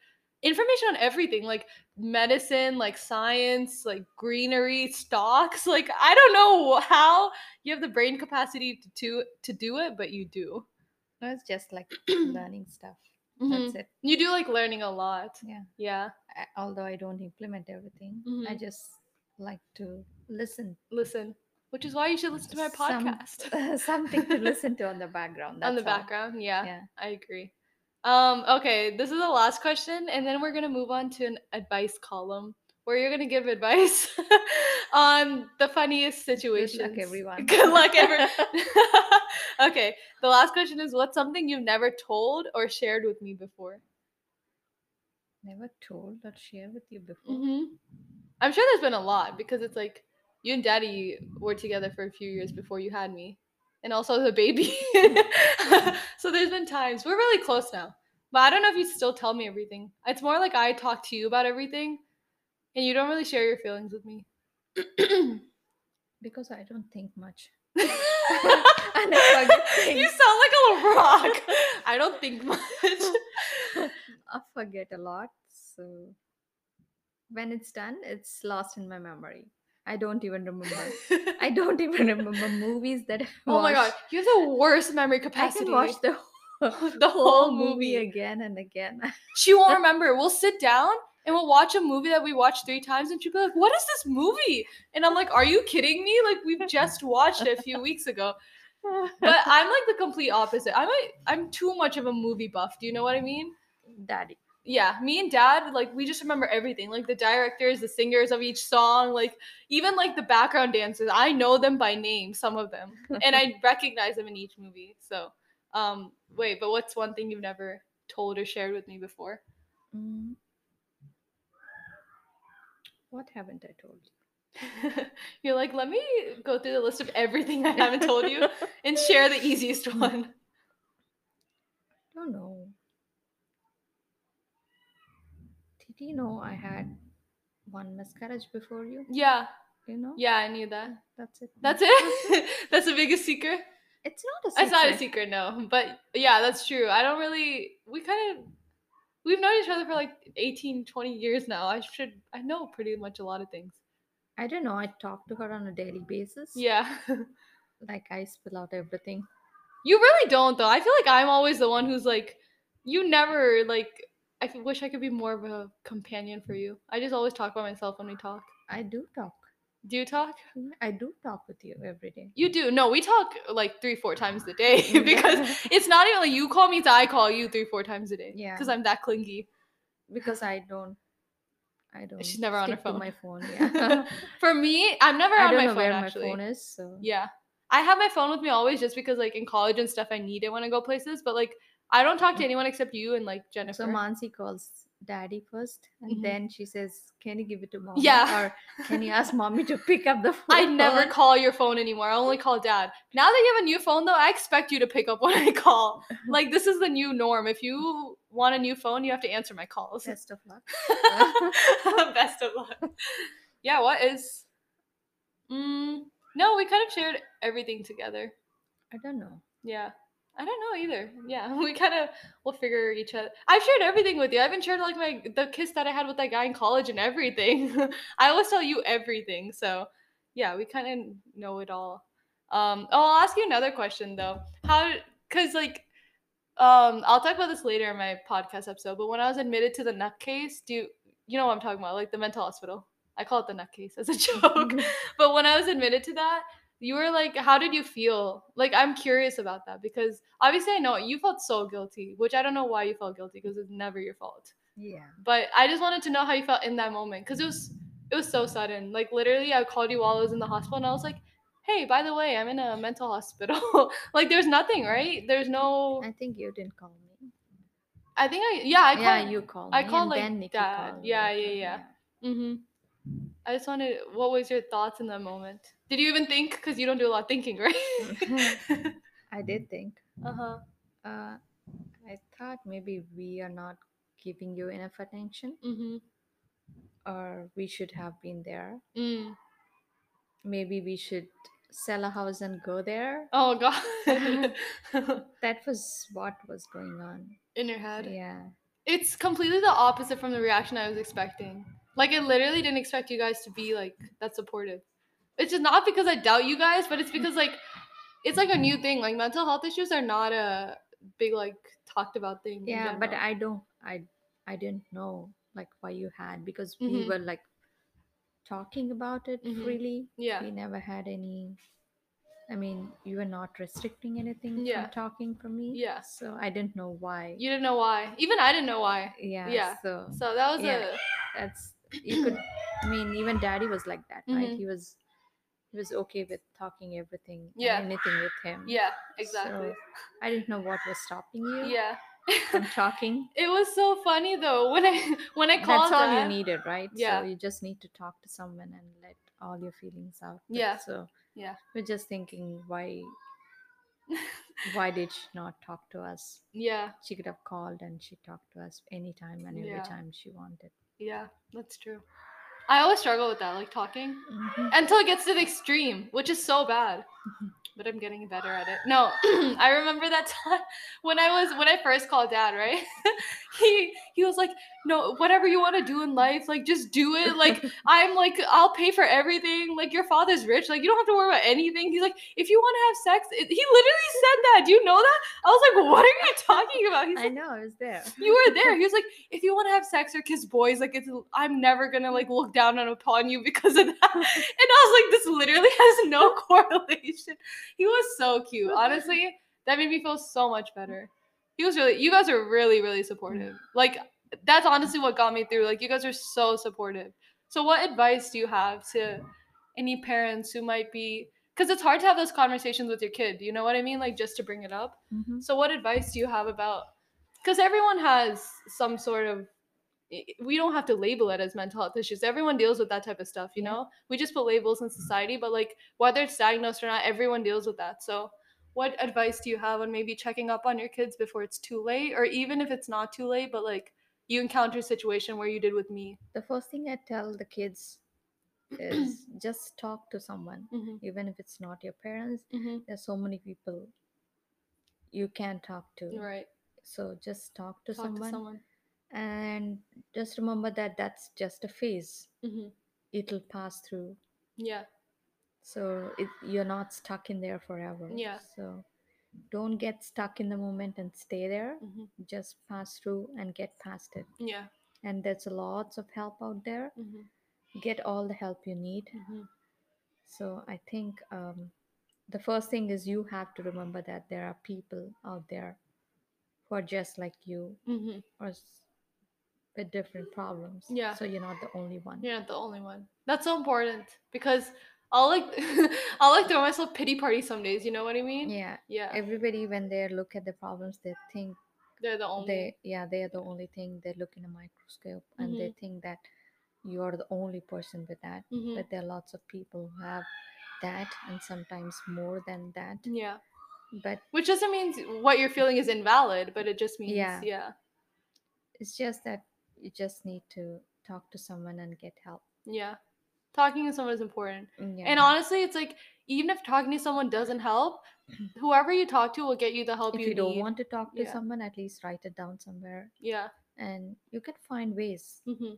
information on everything like medicine, like science, like greenery, stocks. Like, I don't know how you have the brain capacity to, to, to do it, but you do.
No, it's just like learning stuff.
Mhm.
That's it.
You do like learning a lot.
Yeah.
Yeah.
I, although I don't implement everything, I
Mm-hmm.
just like to listen.
Listen, which is why you should listen to my
some-
podcast
something to listen to on the background.
on the
that's all.
background. Yeah,
Yeah.
I agree. Um, okay, this is the last question, and then we're gonna move on to an advice column where you're gonna give advice on the funniest situations.
everyone.
Good luck, everyone. okay, the last question is: What's something you've never told or shared with me before?
Never told or shared with you before.
hmm I'm sure there's been a lot because it's like you and daddy were together for a few years before you had me, and also as a baby. so there's been times we're really close now, but I don't know if you still tell me everything. It's more like I talk to you about everything, and you don't really share your feelings with me.
Because I don't think much.
you
I never forget things.
sound like a little rock. I don't think much.
I forget a lot. So when it's done, it's lost in my memory. I don't even remember. I don't even remember movies that I
oh my god,
watched.
you have the worst memory
I
capacity.
can watch the whole,
the
whole movie again and again.
She won't remember. We'll sit down and we'll watch a movie that we watched three times, and she'll be like, "What is this movie?" And I'm like, "Are you kidding me? Like we've just watched it a few weeks ago." But I'm like the complete opposite. I'm a, I'm too much of a movie buff. Do you know what I mean?
Daddy.
Yeah, me and dad, like we just remember everything, like the directors, the singers of each song, like even like the background dancers. I know them by name, some of them, and I recognize them in each movie. So Um, wait, but what's one thing you've never told or shared with me before?
Mm. What haven't I told you?
You're like, let me go through the list of everything I haven't told you and share the easiest one.
don't know. Did you know I had one miscarriage before you?
Yeah,
You know?
yeah, I knew that.
That's it.
That's it. that's the biggest secret.
It's not a secret.
It's not a secret, no. But yeah, that's true. I don't really. We kind of. We've known each other for like 18, 20 years now. I should. I know pretty much a lot of things.
I don't know. I talk to her on a daily basis.
Yeah.
Like I spill out everything.
you really don't, though. I feel like I'm always the one who's like. You never, like. I f- wish I could be more of a companion for you. I just always talk by myself when we talk.
I do talk.
Do you talk?
Yeah, I do talk with you every day.
You do. No, we talk like three, four times a day
Yeah.
because it's not even like you call me, it's I call you three, four times a day.
Yeah.
Because I'm that clingy.
Because I don't. I don't.
She's never on her
stick to
phone.
My phone. Yeah.
For me, I'm never
I
on
don't
my
know
phone
where
actually.
my phone is. So
Yeah. I have my phone with me always just because like in college and stuff I need it when I go places, but like I don't talk to anyone except you and like Jennifer.
So Mansi calls daddy first, and
Mhm.
then she says, "Can you give it to mom?"
Yeah.
Or can you ask mommy to pick up the phone?
I never call your phone anymore. I only call dad. Now that you have a new phone though, I expect you to pick up when I call. Like this is the new norm. If you want a new phone, you have to answer my calls.
Best of luck.
Best of luck. Yeah, what is mm, no, we kind of shared everything together.
I don't know.
Yeah. I don't know either. Yeah, we kind of will figure each other. I've shared everything with you. I've been shared like my the kiss that I had with that guy in college and everything. I always tell you everything. So, yeah, we kind of know it all. Um, oh, I'll ask you another question though. How? Because like, um, I'll talk about this later in my podcast episode. But when I was admitted to the nut case, do you, you know what I'm talking about? Like the mental hospital. I call it the nut case as a joke. but when I was admitted to that, you were like, how did you feel? Like, I'm curious about that because obviously I know you felt so guilty, which I don't know why you felt guilty because it's never your fault.
Yeah.
But I just wanted to know how you felt in that moment because it was it was so sudden. Like literally, I called you while I was in the hospital, and I was like, hey, by the way, I'm in a mental hospital. like, there's nothing, right? There's no.
I think you didn't call me.
I think I yeah I called.
yeah, you called me.
I called,
and
like,
then Nikki
dad.
called
Yeah,
later,
yeah, yeah. Mm-hmm. I just wanted. What was your thoughts in that moment? Did you even think? Because you don't do a lot of thinking, right?
Mhm. I did think.
uh huh.
Uh, I thought maybe we are not giving you enough attention,
Mm-hmm.
or we should have been there.
Mm.
Maybe we should sell a house and go there.
Oh god.
That was what was going on.
in your head.
Yeah.
It's completely the opposite from the reaction I was expecting. Like I literally didn't expect you guys to be like that supportive. It's just not because I doubt you guys, but it's because like it's like a new thing. Like mental health issues are not a big like talked about thing. in
yeah but
general.
i don't i i didn't know like why you had because we
Mhm.
were like talking about it
Mhm.
freely
yeah.
we never had any i mean you were not restricting anything
Yeah.
from talking from me
Yeah.
so i didn't know why
You didn't know why. Even I didn't know why.
yeah
yeah.
so
So that was
Yeah. that's you could i mean even daddy was like that right
Mhm.
he was he was okay with talking everything and
Yeah.
anything with him
a yeah, exactly.
So, i didn't know what was stopping you
yeah.
from talking
It was so funny though when I when I called
that's all
that,
you needed right
Yeah.
so you just need to talk to someone and let all your feelings out But
Yeah.
so
Yeah.
we're just thinking why why did she not talk to us
Yeah.
she could have called and she talked to us anytime and every
Yeah.
time she wanted
Yeah, that's true. I always struggle with that, like talking until it gets to the extreme, which is so bad.
Mhm.
But I'm getting better at it. No, I remember that time when I was when I first called dad, right? he he was like, "No, whatever you want to do in life, like just do it. Like I'm like I'll pay for everything. Like your father's rich. Like you don't have to worry about anything." He's like, "If you want to have sex, it, he literally said that. Do you know that?" I was like, "What are you talking about?" He's
i know i was there
you were there. He was like, if you want to have sex or kiss boys, like it's I'm never gonna like look down on upon you because of that. And I was like, this literally has no correlation. He was so cute. Honestly, that made me feel so much better. He was really you guys are really, really supportive. Like that's honestly what got me through. Like you guys are so supportive. So what advice do you have to any parents who might be because it's hard to have those conversations with your kid. You know what I mean? Like just to bring it up.
Mhm.
So, what advice do you have about? Because everyone has some sort of. i- We don't have to label it as mental health issues. Everyone deals with that type of stuff, you
Yeah.
know. We just put labels in society, but like whether it's diagnosed or not, everyone deals with that. So, what advice do you have on maybe checking up on your kids before it's too late, or even if it's not too late, but like you encounter a situation where you did with me?
The first thing I tell the kids is just talk to someone,
Mm-hmm.
even if it's not your parents.
Mm-hmm.
There's so many people you can talk to.
Right.
So just talk to,
Talk
someone,
to someone.
and just remember that that's just a phase.
Mm-hmm.
It'll pass through.
Yeah.
So it, you're not stuck in there forever.
Yeah.
So don't get stuck in the moment and stay there.
Mhm.
Just pass through and get past it.
Yeah.
And there's lots of help out there.
Mm-hmm.
Get all the help you need.
Mm-hmm.
So I think um, the first thing is you have to remember that there are people out there who are just like you
Mm-hmm.
or s- with different problems.
Yeah.
So you're not the only one.
You're not the only one. That's so important because I'll like I'll like throw myself pity parties some days. You know what I mean?
Yeah.
Yeah.
Everybody, when they look at the problems, they think
They're the only.
they yeah they are the only thing they look in a microscope and
Mm-hmm.
they think that you are the only person with that
Mhm.
but there are lots of people who have that and sometimes more than that
Yeah. Mm.
but
Which doesn't mean what you're feeling is invalid, but it just means yeah.
Yeah.
Yeah.
it's just that you just need to talk to someone and get help
Talking to someone is important.
Mm, yeah.
And honestly, it's like even if talking to someone doesn't help, whoever you talk to will get you the help
if
you,
you, don't
need.
want to talk to
Yeah.
someone at least write it down somewhere
Yeah.
and you can find ways
hmm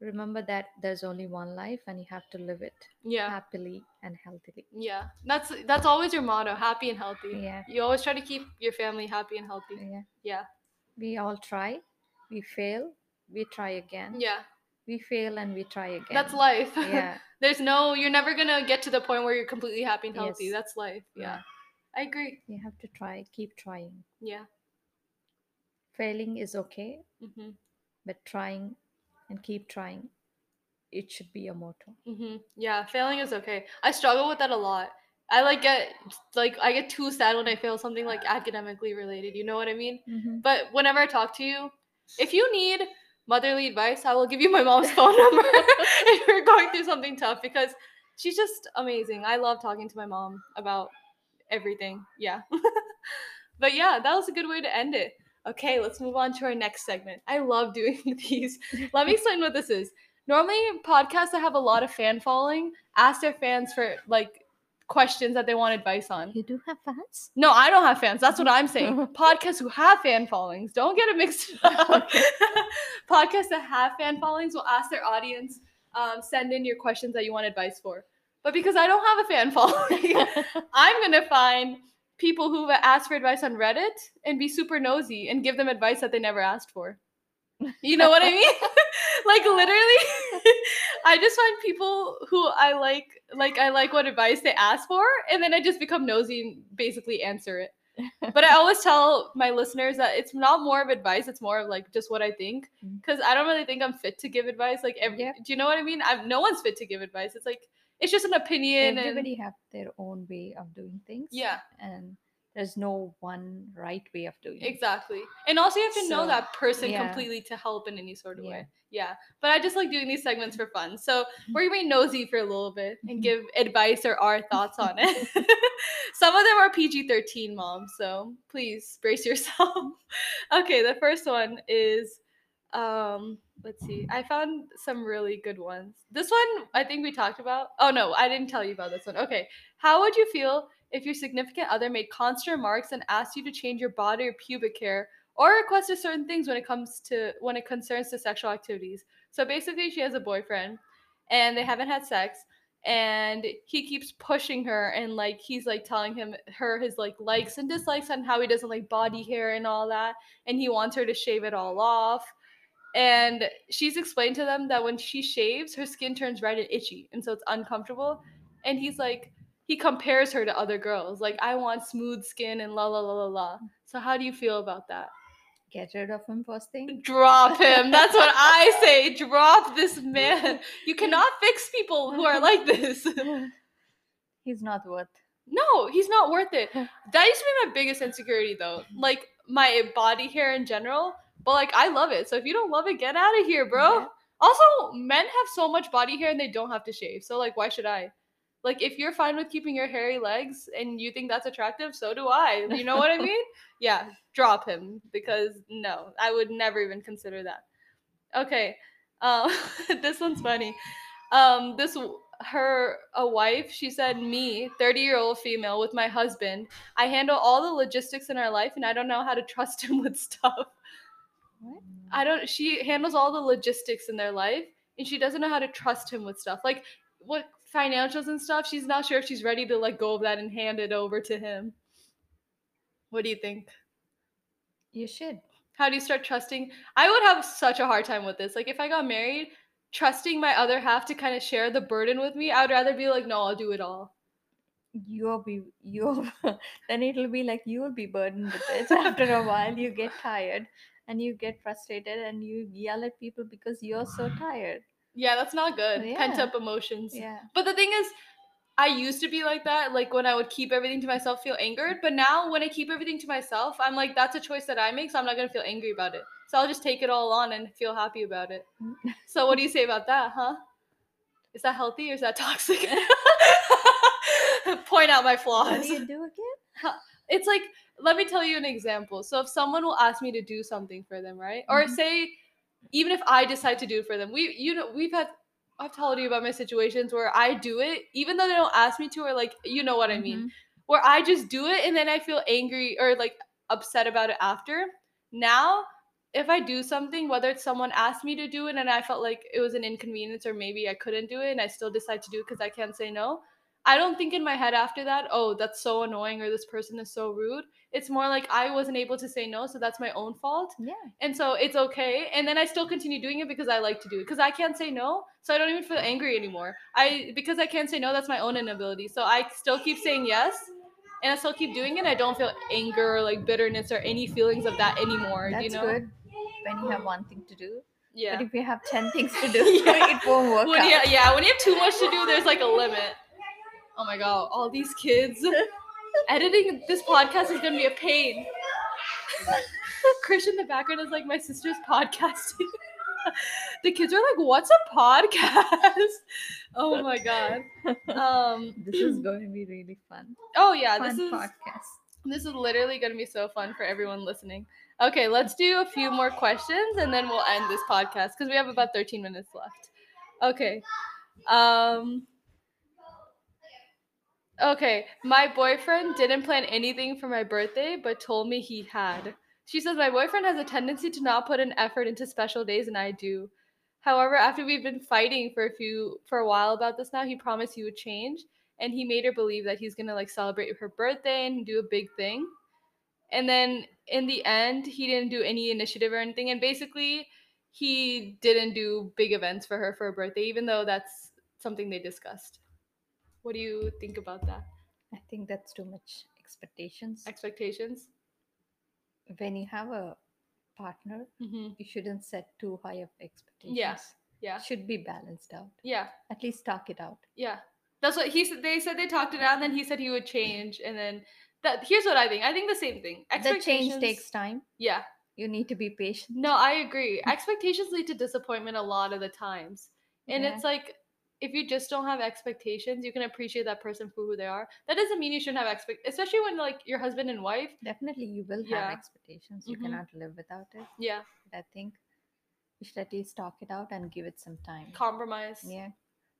remember that there's only one life and you have to live it
Yeah.
happily and healthily
Yeah. That's that's always your motto, happy and healthy.
Yeah.
You always try to keep your family happy and healthy.
yeah
Yeah.
we all try we fail we try again
Yeah.
we fail and we try again
That's life.
yeah
There's no, you're never gonna get to the point where you're completely happy and healthy.
Yes.
That's life. Yeah. I agree.
you have to try keep trying
Yeah.
failing is okay
Mm-hmm.
but trying and keep trying it should be your motto
Mm-hmm. Yeah. Failing is okay. I struggle with that a lot. I like get like I get too sad when I fail something like academically related. You know what I mean? But whenever I talk to you, if you need motherly advice, I will give you my mom's phone number if you're going through something tough because she's just amazing. I love talking to my mom about everything. Yeah. but yeah, that was a good way to end it. Okay, let's move on to our next segment. I love doing these. Let me explain what this is. Normally, podcasts that have a lot of fan following ask their fans for like questions that they want advice on.
you do have fans
No, I don't have fans. That's what I'm saying. Podcasts who have fan followings. Don't get it mixed up. Podcasts that have fan followings will ask their audience, um, send in your questions that you want advice for. But because I don't have a fan following, I'm going to find people who have asked for advice on Reddit and be super nosy and give them advice that they never asked for. You know what I mean? like literally, I just find people who I like, like I like what advice they ask for, and then I just become nosy and basically answer it. But I always tell my listeners that it's not more of advice; it's more of like just what I think,
Mm.
because I don't really think I'm fit to give advice. Like, ev-
Yep.
do you know what I mean? I'm no one's fit to give advice. It's like it's just an opinion. and-
everybody have their own way of doing things
Yeah.
and there's no one right way of doing it
Exactly. And also you have to know
So,
that person
yeah.
completely to help in any sort of
Yeah.
way. Yeah. But I just like doing these segments for fun. So we're gonna be nosy for a little bit and
Mhm.
give advice or our thoughts on it. Some of them are PG thirteen, mom, so please brace yourself. okay, the first one is um let's see. I found some really good ones. This one I think we talked about. Oh no, I didn't tell you about this one. Okay. How would you feel if your significant other made constant remarks and asked you to change your body or pubic hair or requested certain things when it comes to when it concerns to sexual activities. So basically she has a boyfriend and they haven't had sex and he keeps pushing her and like he's like telling him her his like likes and dislikes on how he doesn't like body hair and all that and he wants her to shave it all off and she's explained to them that when she shaves her skin turns red and itchy and so it's uncomfortable and he's like he compares her to other girls like i want smooth skin and la la la la la so how do you feel about that
get rid of him first thing
drop him that's what i say drop this man you cannot fix people who are like this
He's not worth.
No, he's not worth it. That used to be my biggest insecurity though. Like my body hair in general. But like I love it. So if you don't love it, get out of here, bro.
Yeah.
Also, men have so much body hair and they don't have to shave. So like why should I? Like if you're fine with keeping your hairy legs and you think that's attractive, so do I. You know what I mean? Yeah, drop him because no, I would never even consider that. Okay. Um this one's funny. Um this w- her a wife, she said, "Me, 30-year-old female with my husband, I handle all the logistics in our life and I don't know how to trust him with stuff."
What?
I don't. She handles all the logistics in their life, and she doesn't know how to trust him with stuff like what financials and stuff. She's not sure if she's ready to let go of that and hand it over to him. What do you think?
You should.
How do you start trusting? I would have such a hard time with this. Like if I got married, trusting my other half to kind of share the burden with me, I would rather be like, no, I'll do it all.
You'll be you'll then it'll be like you'll be burdened with this. After a while, you get tired and you get frustrated and you yell at people because you're so tired.
Yeah, that's not good.
Yeah.
Pent up emotions.
Yeah.
But the thing is, I used to be like that, like when I would keep everything to myself, feel angered. But now when I keep everything to myself, I'm like, that's a choice that I make, so I'm not gonna feel angry about it. So I'll just take it all on and feel happy about it.
Mm.
So what do you say about that, huh? Is that healthy or is that toxic? Point out my
What
flaws.
do you do again?
It's like, let me tell you an example. So if someone will ask me to do something for them, right? Or
Mhm.
say, even if I decide to do it for them, we you know we've had I've told you about my situations where I do it, even though they don't ask me to, or like you know what I mean,
Mm-hmm.
where I just do it and then I feel angry or like upset about it after. Now, if I do something, whether it's someone asked me to do it and I felt like it was an inconvenience or maybe I couldn't do it and I still decide to do it because I can't say no. I don't think in my head after that, oh, that's so annoying or this person is so rude. It's more like I wasn't able to say no, so that's my own fault
Yeah.
and so it's okay and then i still continue doing it because i like to do it because i can't say no so i don't even feel angry anymore i because i can't say no that's my own inability so i still keep saying yes and i still keep doing it and i don't feel anger or like bitterness or any feelings of that anymore
That's
you know
good when you have one thing to do.
yeah
But if you have 10 things to do,
Yeah.
it won't work
when
out.
you, yeah when you have too much to do there's like a limit oh my god all these kids editing this podcast is gonna be a pain Krish in the background is like my sister's podcasting. the kids are like, "What's a podcast?" oh my god. Um.
This is going to be really fun.
Oh yeah.
fun
This is
podcast.
this is literally gonna be so fun for everyone listening. Okay, let's do a few more questions and then we'll end this podcast because we have about 13 minutes left. Okay. Um. Okay, my boyfriend didn't plan anything for my birthday, but told me he had. She says, My boyfriend has a tendency to not put an effort into special days, and I do. However, after we've been fighting for a few for a while about this now, he promised he would change and he made her believe that he's gonna like celebrate her birthday and do a big thing. And then in the end, he didn't do any initiative or anything, and basically he didn't do big events for her for her birthday, even though that's something they discussed. What do you think about that?
I think that's too much expectations.
Expectations?
When you have a partner,
Mm-hmm.
you shouldn't set too high of expectations.
Yeah.
It should be balanced out.
Yeah.
At least talk it out.
Yeah. That's what he said. They said they talked it out, and then he said he would change, and then that. Here's what I think. I think the same thing.
The
Expectations.
change takes time.
Yeah.
You need to be patient.
No, I agree. Expectations lead to disappointment a lot of the times. And
Yeah.
it's like if you just don't have expectations, you can appreciate that person for who they are. That doesn't mean you shouldn't have expect especially when like your husband and wife.
Definitely, you will
Yeah.
have expectations. You
Mhm.
cannot live without it.
Yeah.
But I think you should at least talk it out and give it some time.
Compromise.
yeah.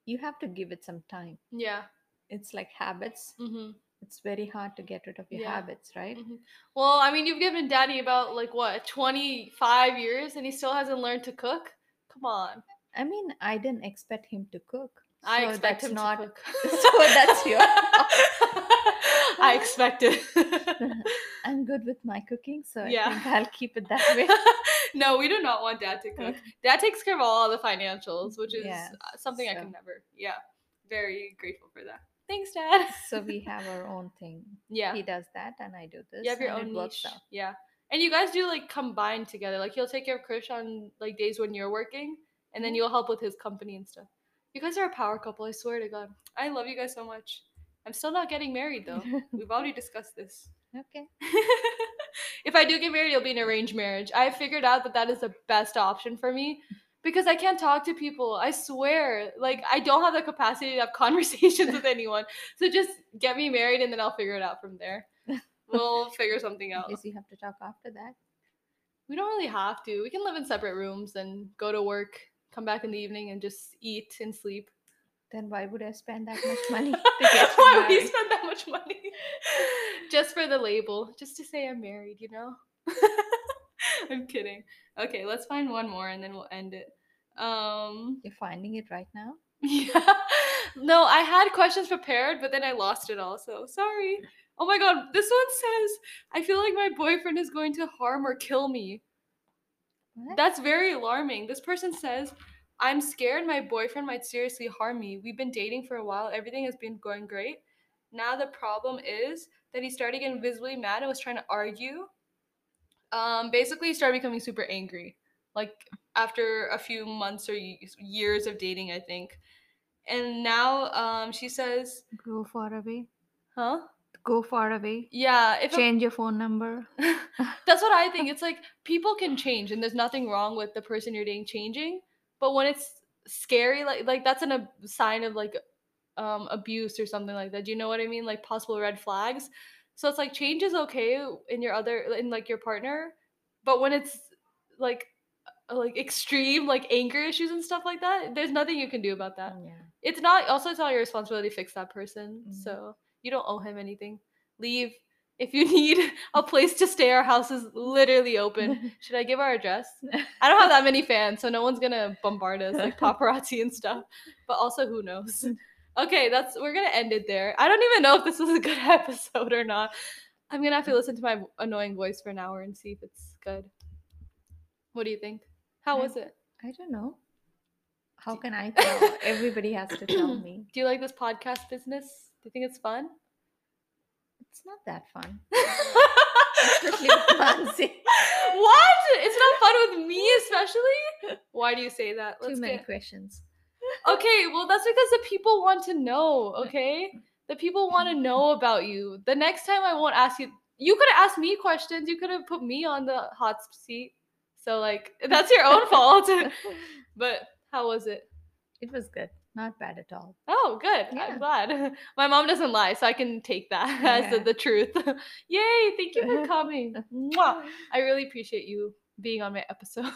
You have to give it some time.
Yeah.
It's like habits.
hmm
It's very hard to get rid of your
Yeah.
habits, right?
Mhm. Well, I mean, you've given daddy about like what, 25 years and he still hasn't learned to cook? Come on.
I mean, I didn't expect him to cook.
I
so
expect
that's
him
not
to cook.
so that's your
I expect it.
I'm good with my cooking, so
Yeah.
I think I'll keep it that way.
no, we do not want dad to cook. Dad takes care of all the financials, which is
Yes,
uh, something I
so-
can never. Yeah, very grateful for that. Thanks, dad.
so we have our own thing.
Yeah,
He does that, and I do this.
you have your
and
own
it works
niche.
out.
Yeah, and you guys do like combine together. Like he'll take care of Krish on like days when you're working, and
Mm-hmm.
then you'll help with his company and stuff. You guys are a power couple. I swear to God, I love you guys so much. I'm still not getting married though. We've already discussed this.
okay.
if I do get married, it'll be an arranged marriage. I figured out that that is the best option for me because I can't talk to people. I swear, like I don't have the capacity to have conversations with anyone. So just get me married, and then I'll figure it out from there. We'll figure something
I
out.
guess you have to talk after that.
We don't really have to. We can live in separate rooms and go to work, come back in the evening, and just eat and sleep.
Then why would I spend that much money to get you
Why we
married?
spend that much money just for the label, just to say I'm married, you know? I'm kidding. Okay, let's find one more and then we'll end it. Um
You're finding it right now?
yeah. No, I had questions prepared, but then I lost it all. So sorry. Oh my god, this one says, I feel like my boyfriend is going to harm or kill me.
What?
That's very alarming. This person says, I'm scared my boyfriend might seriously harm me. We've been dating for a while, everything has been going great. Now the problem is that he started getting visibly mad and was trying to argue. Um, basically, he started becoming super angry, like after a few months or y- years of dating, I think. And now um, she says,
Go far away.
huh?
Go far away.
Yeah, if a
Change your phone number.
That's what I think. It's like people can change, and there's nothing wrong with the person you're dating changing. But when it's scary, like like that's an, a sign of like um, abuse or something like that. Do you know what I mean? Like possible red flags. So it's like change is okay in your other in like your partner, but when it's like uh, like extreme like anger issues and stuff like that, there's nothing you can do about that.
yeah.
It's not also it's not your responsibility to fix that person.
Mhm.
So you don't owe him anything. Leave. If you need a place to stay, our house is literally open. Should I give our address? I don't have that many fans, so no one's gonna bombard us like paparazzi and stuff. But also who knows? Okay, that's we're gonna end it there. I don't even know if this was a good episode or not. I'm gonna have to listen to my annoying voice for an hour and see if it's good. What do you think? How
I-
was it?
I don't know. How can I tell? Everybody has to tell me.
Do you like this podcast business? Do you think it's fun?
It's not that fun. Especially with
what?
Mansi.
It's not fun with me, especially. Why do you say that?
Too many
get-
questions.
Okay, well, that's because the people want to know. Okay, the people want to know about you. The next time, I won't ask you. You could have asked me questions. You could have put me on the hot seat. So, like, that's your own fault. but how was it?
It was good. Not bad at all.
Oh, good.
Yeah.
I'm glad. My mom doesn't lie, so I can take that as the-
Yeah.
the truth. Yay! Thank you for coming. Mwah. I really appreciate you being on my episode.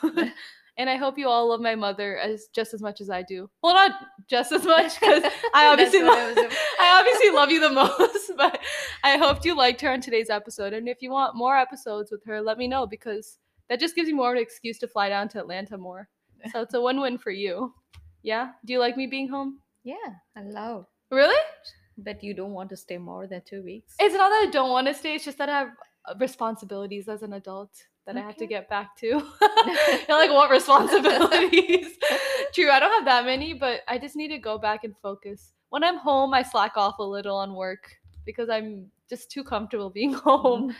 and I hope you all love my mother as just as much as I do. Well, not just as much because I obviously
That's what I
love,
was ab-
I obviously love you the most, but I hoped you liked her on today's episode. And if you want more episodes with her, let me know because that just gives me more of an excuse to fly down to Atlanta more. So it's a win-win for you. Yeah? Do you like me being home?
Yeah, allowed.
Really?
But you don't want to stay more than two weeks.
It's not that I don't want to stay. It's just that I have uh, responsibilities as an adult that I have to
Okay.
get back to. You're like, what responsibilities? True, I don't have that many, but I just need to go back and focus. When I'm home, I slack off a little on work because I'm just too comfortable being home.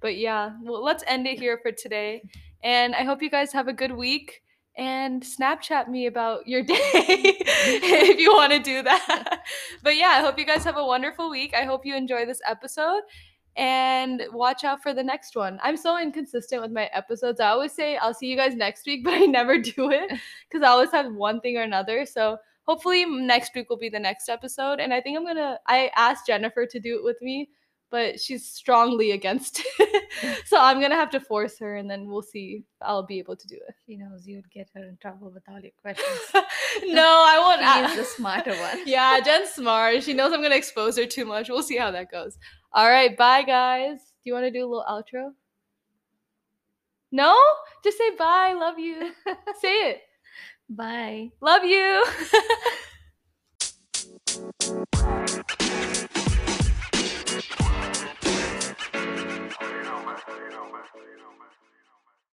But yeah, well, let's end it here for today. And I hope you guys have a good week. And Snapchat me about your day if you want to do that. But yeah, I hope you guys have a wonderful week. I hope you enjoy this episode and watch out for the next one. I'm so inconsistent with my episodes. I always say I'll see you guys next week, but I never do it because I always have one thing or another. So hopefully next week will be the next episode. And I think I'm gonna. I asked Jennifer to do it with me, but she's strongly against it. so I'm gonna have to force her, and then we'll see. if I'll be able to do it.
She knows you'd get her in trouble with all your questions.
no, I won't.
She is
a-
the smarter one.
yeah, Jen's smart. She knows I'm gonna expose her too much. We'll see how that goes. All right, bye guys. Do you want to do a little outro? No, just say bye. Love you. say it.
Bye.
Love you.